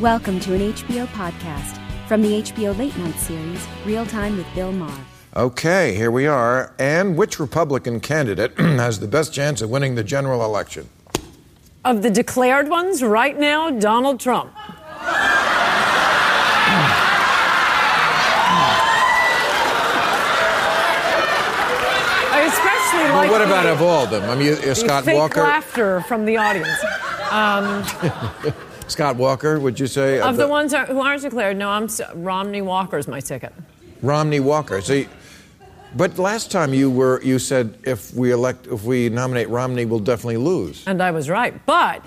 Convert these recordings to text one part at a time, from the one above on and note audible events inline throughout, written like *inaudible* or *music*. Welcome to an HBO podcast from the HBO Late Night series, Real Time with Bill Maher. Okay, here we are. And which Republican candidate *clears throat* has the best chance of winning the general election? Of the declared ones right now, Donald Trump. I especially But like what the- about of all of them? I mean, you- you- the Scott fake Walker. laughter from the audience. Um, Scott Walker, would you say? of the ones who aren't declared, no, I'm s- Romney Walker's my ticket. Romney Walker. See, but last time you were, you said if we elect, if we nominate Romney, we'll definitely lose. And I was right. *laughs* But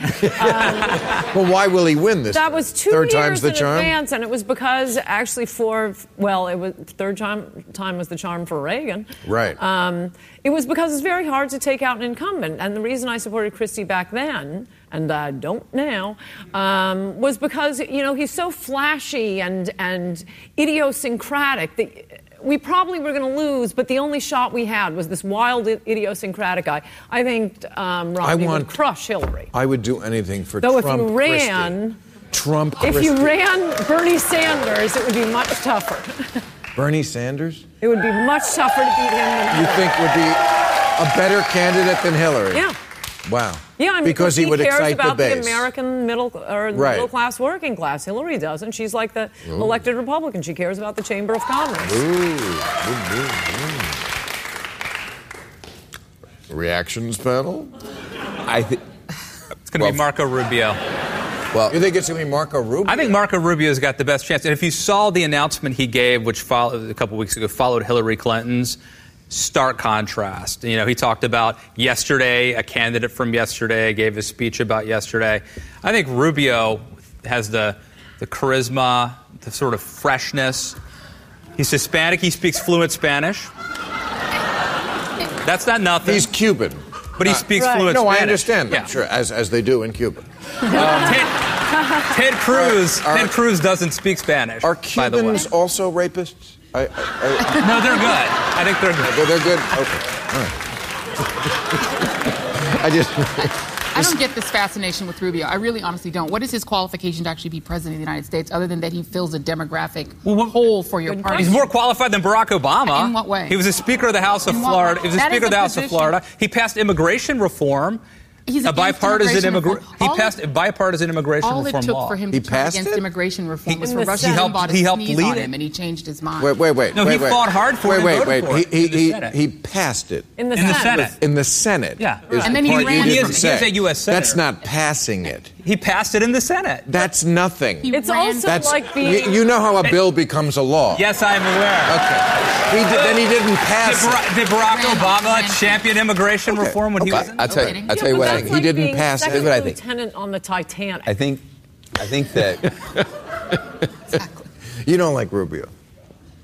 Well, why will he win this? that time? was two Third years time's the in charm. advance, and it was because actually for well, it was third time time was the charm for Reagan. Right. Um, it was because it's very hard to take out an incumbent, and the reason I supported Christie back then. And I don't now. Um, was because you know he's so flashy and and idiosyncratic that we probably were going to lose, but the only shot we had was this wild idiosyncratic guy. I think um, Romney want- would crush Hillary. I would do anything for Though if Trump. you Christie. ran- Trump. If you Christie. ran Bernie Sanders, it would be much tougher. Bernie Sanders, It would be much tougher to beat him than you think would be a better candidate than Hillary? Yeah. Wow. Yeah, I mean, because he, would cares excite about the base. American middle or the Right. middle class, working class. Hillary doesn't. She's like the elected Republican. She cares about the Chamber of Commerce. Reactions panel. I think it's going to Well- be Marco Rubio. Well, you think it's going to be Marco Rubio? I think Marco Rubio's got the best chance. And if you saw the announcement he gave, which followed a couple weeks ago, followed Hillary Clinton's stark contrast. You know, he talked about yesterday, a candidate from yesterday gave a speech about yesterday. I think Rubio has the the charisma, the sort of freshness. He's Hispanic. He speaks fluent Spanish. That's not nothing. he's Cuban. Uh, but he speaks Right. fluent no, Spanish. I understand. that, Yeah. Sure, as as they do in Cuba. Ted, Ted Cruz. Are- are- Ted Cruz doesn't speak Spanish. Are by the way. Cubans also rapists? I, I, I, No, they're good. I think they're good. well, they're good. Okay. All right. *laughs* I just I don't get this fascination with Rubio. I really honestly don't. What is his qualification to actually be president of the United States other than that he fills a demographic what- hole for your party? He's more qualified than Barack Obama. In what way? He was a Speaker of the House of In what Florida. way? He was a That is Speaker of the a House of position. Florida. He passed immigration reform. He's a against bipartisan immigration immigra- reform. He All it- passed bipartisan immigration All reform it took law. for him He to turn passed against it? immigration reform He- was In for the Russia Senate. Limbaugh to He helped sneeze lead on it. him, and he changed his mind. wait, wait, wait. No, he wait, wait. fought hard for it wait, and Wait, voted wait, for He, it in the he- Senate. he passed it In the In the Senate. Senate. in the Senate. Yeah. is And the then he part you ran didn't from it. He is- say. he is a U.S. senator. That's not passing it. He passed it in the Senate. That's nothing. He It's ran- also That's like being you, you know how a bill becomes a law. Yes, I am aware. Okay. He did, then he didn't Did, pass. it. Bar- did Barack Ran- ran- Obama champion immigration reform when he Okay, was? in I'll tell you. Okay. I'll Yeah, tell you but what. I that's think. like He didn't being pass it. second Here's what I think. lieutenant on the Titanic. I think. I think *laughs* that. You don't like Rubio.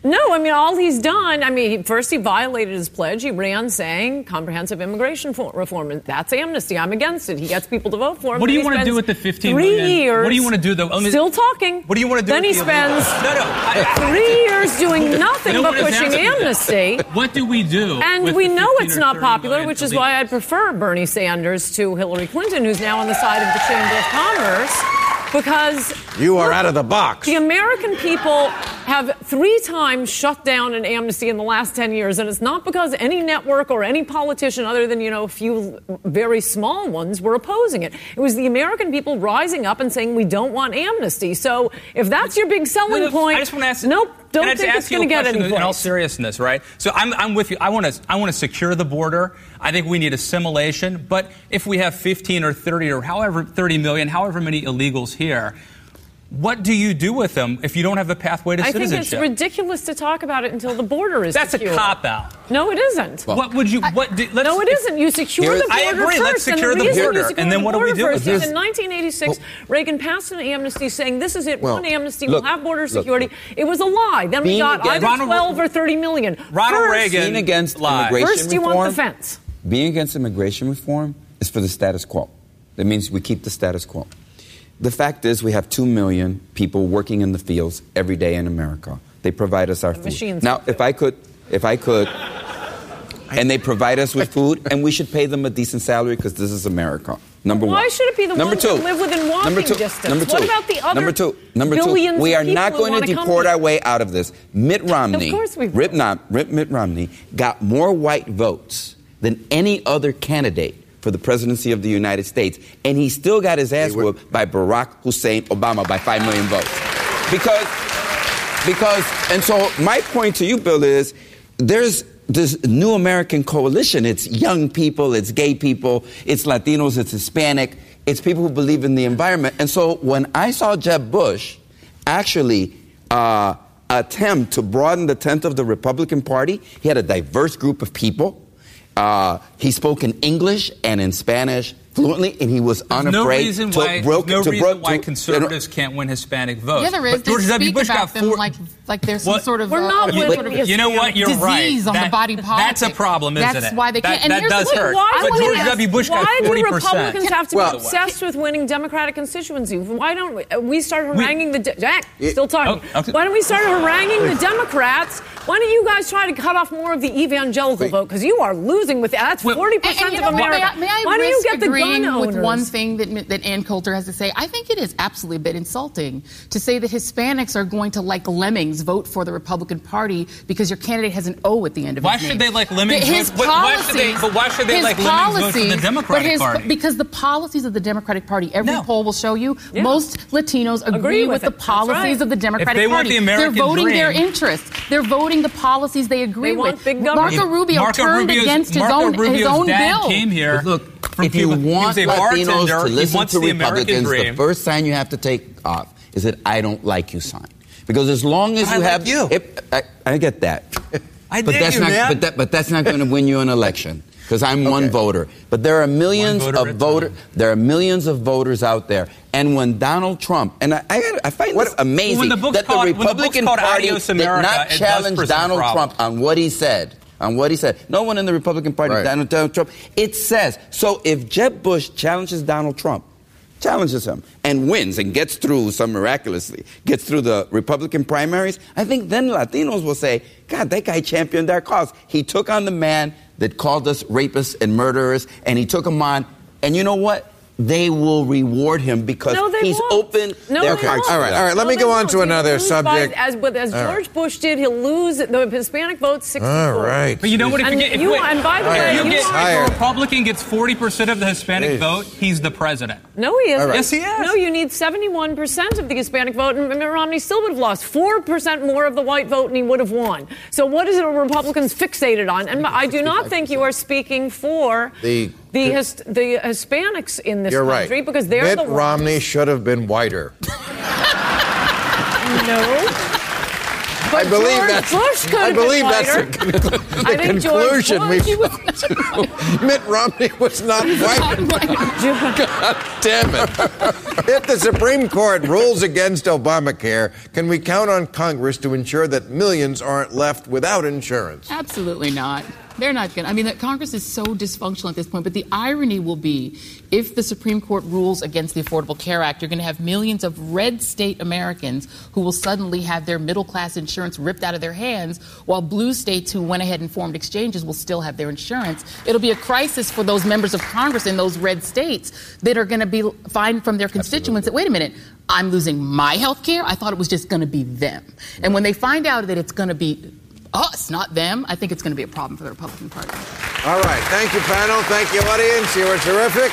No, I mean, all he's done, I mean, he, first he violated his pledge. He ran saying comprehensive immigration for, reform, and that's amnesty. I'm against it. He gets people to vote for him. What do Then you wanna he do spends with the 15 three million? years? What do you wanna do, though? Let me- Still talking. What do you wanna do Then with he the illegal- spends No, no, I- *laughs* I- three years doing nothing No but one is pushing asking *laughs* amnesty. What do we do? And with we the know 15 it's or not 30 popular, million which is illegal- why I prefer Bernie Sanders to Hillary Clinton, who's now on the side of the Chamber of Commerce, because You are out of the box. the American people have three times shut down an amnesty in the last 10 years, and it's not because any network or any politician, other than, you know, a few very small ones, were opposing it. It was the American people rising up and saying, we don't want amnesty. So if that's your big selling No, no, point, I just want to ask. nope, can I don't just think ask it's you going a to get question any In all place. seriousness, right? So I'm, I'm with you. I want to I want to secure the border. I think we need assimilation. But if we have 15 or 30 or however 30 million, however many illegals here, what do you do with them if you don't have a pathway to I think citizenship? it's ridiculous to talk about it until the border is That's a secure. cop out. No, it isn't. what would you? What? Do, let's, no, it isn't. You secure Here- the border I agree. first. Let's secure and the the, reason you border. secure And then the what do we border do with First is this? in 1986, Reagan passed an amnesty saying, "This is it. Well, one amnesty. look, we'll have border look, security." look. It was a lie. Then we Being got against- either Ronald- 12 or 30 million. Ronald first, Reagan Being against lied. immigration First, you reform. want the fence. Being against immigration reform is for the status quo. That means we keep the status quo. The fact is, we have two million people working in the fields every day in America. They provide us our machines food. Now, if I could, if I could, and they provide us with food, and we should pay them a decent salary because this is America. Number Why one. should it be the number ones two. that live within walking number two. distance? Number two. What about the other number two. Number billions two. of We are people not who going wanna to come deport here? our way out of this. Mitt Romney. course we will. Rip Nom- Rip- Mitt Romney got more white votes than any other candidate for the presidency of the United States, and he still got his ass They were- whooped by Barack Hussein Obama by five million votes. Because because, and so my point to you, Bill, is there's this new American coalition. It's young people, it's gay people, it's Latinos, it's Hispanic, it's people who believe in the environment. And so when I saw Jeb Bush actually uh, attempt to broaden the tent of the Republican Party, he had a diverse group of people. Uh, he spoke in English and in Spanish fluently, and he was There's no unafraid reason to why, broke- no to reason broke- why to- conservatives can't win Hispanic votes. Yeah, there is. But George they W. speak Bush about got them four- like like there's some What- sort of We're uh, not some with- sort of Yes, you know what? You're disease right. on That- the body politic. That's a problem, isn't it? That's why they That- can't. and that here's does the thing. hurt. Why I But wanna George ask- W. Bush got Why do 40%. Republicans have to be Well- obsessed with winning Democratic constituency? Why don't we, uh, we start haranguing the de- Jack? Still talking. Oh, okay. Why don't we start haranguing the Democrats? Why don't you guys try to cut off more of the evangelical vote? Because you are losing with that. That's Well- forty And, and percent you of know what? May America. I, may I Why don't you risk get the agreeing gun owners? with one thing that, that Ann Coulter has to say? I think it is absolutely a bit insulting to say that Hispanics are going to, like lemmings, vote for the Republican Party because your candidate has an O at the end of Why his should name. they like lemmings His vote- but why should they- policies- but why should they his like lemmings vote for the policies- but Democratic his- Party? Because the policies of the Democratic Party, every No. poll will show you, Yeah. most Latinos agree, Agree with, with the it. That's right. policies of the If Democratic they want Party. the They're American voting their dream- interests. They're voting the policies they agree They want with. big government. Marco Rubio Marco turned Rubio's- against his Marco own his Rubio's own dad bill. Came *laughs* here But look, from if you Cuba. He was want a Latinos bartender. to He listen wants to the American Republicans, the dream. first sign you have to take off is that I don't like you sign. Because as long as I you like have you. It, I, I get that. *laughs* I but dig that's you, not, man. But, that, but that's not going to win you an election because I'm one voter. But there are millions voter at of a voter. time. There are millions of voters out there. And when Donald Trump and I, I, gotta- I find this amazing when the book's that the called- when the book's Republican called Party Adios did America, not it does challenge present Donald problems. Trump on what he said. On what he said. No one in the Republican Party, Right. Donald, Donald Trump. It says so. If Jeb Bush challenges Donald Trump, challenges him and wins and gets through some miraculously, gets through the Republican primaries, I think then Latinos will say, "God, that guy championed our cause. He took on the man that called us rapists and murderers, and he took him on. And you know what? They will reward him because No, they he's won't. open. No, their they hearts won't. to All right, all right. them. Let No, me they go on won't. to He'll another lose by- subject. as, but as All right. George Bush did, he'll lose the Hispanic vote 64. All right. But you know what? If And you get, if you- wait, and by the if way, you you get, if are- Tired. a Republican gets 40% of the Hispanic Jeez. vote, he's the president. No, he isn't. right. Yes, he is. No, you need 71% of the Hispanic vote, and Mitt Romney still would have lost 4% more of the white vote, and he would have won. So, what is it are Republicans fixated on? And I do not think you are speaking for The- the, his, the Hispanics in this You're right. country because they're Mitt the ones. Romney should have been whiter. No. *laughs* I believe George that's. Bush could I have been believe whiter. that's the, con- I the think George conclusion Bush- we. *laughs* Mitt Romney was *laughs* not white. Damn it. if the Supreme Court rules against Obamacare, can we count on Congress to ensure that millions aren't left without insurance? Absolutely not. They're not going to. I mean, the Congress is so dysfunctional at this point. But the irony will be if the Supreme Court rules against the Affordable Care Act, you're going to have millions of red state Americans who will suddenly have their middle class insurance ripped out of their hands, while blue states who went ahead and formed exchanges will still have their insurance. It'll be a crisis for those members of Congress in those red states that are going to be fined from their constituents that, wait a minute, I'm losing my health care. I thought it was just going to be them. And when they find out that it's going to be us, not them, I think it's going to be a problem for the Republican Party. All right. Thank you, panel. Thank you, audience. You were terrific.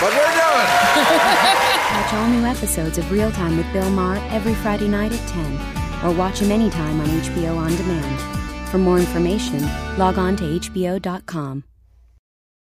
But we're doing. Catch all new episodes of Real Time with Bill Maher every Friday night at 10, or watch him anytime on HBO On Demand. For more information, log on to HBO.com.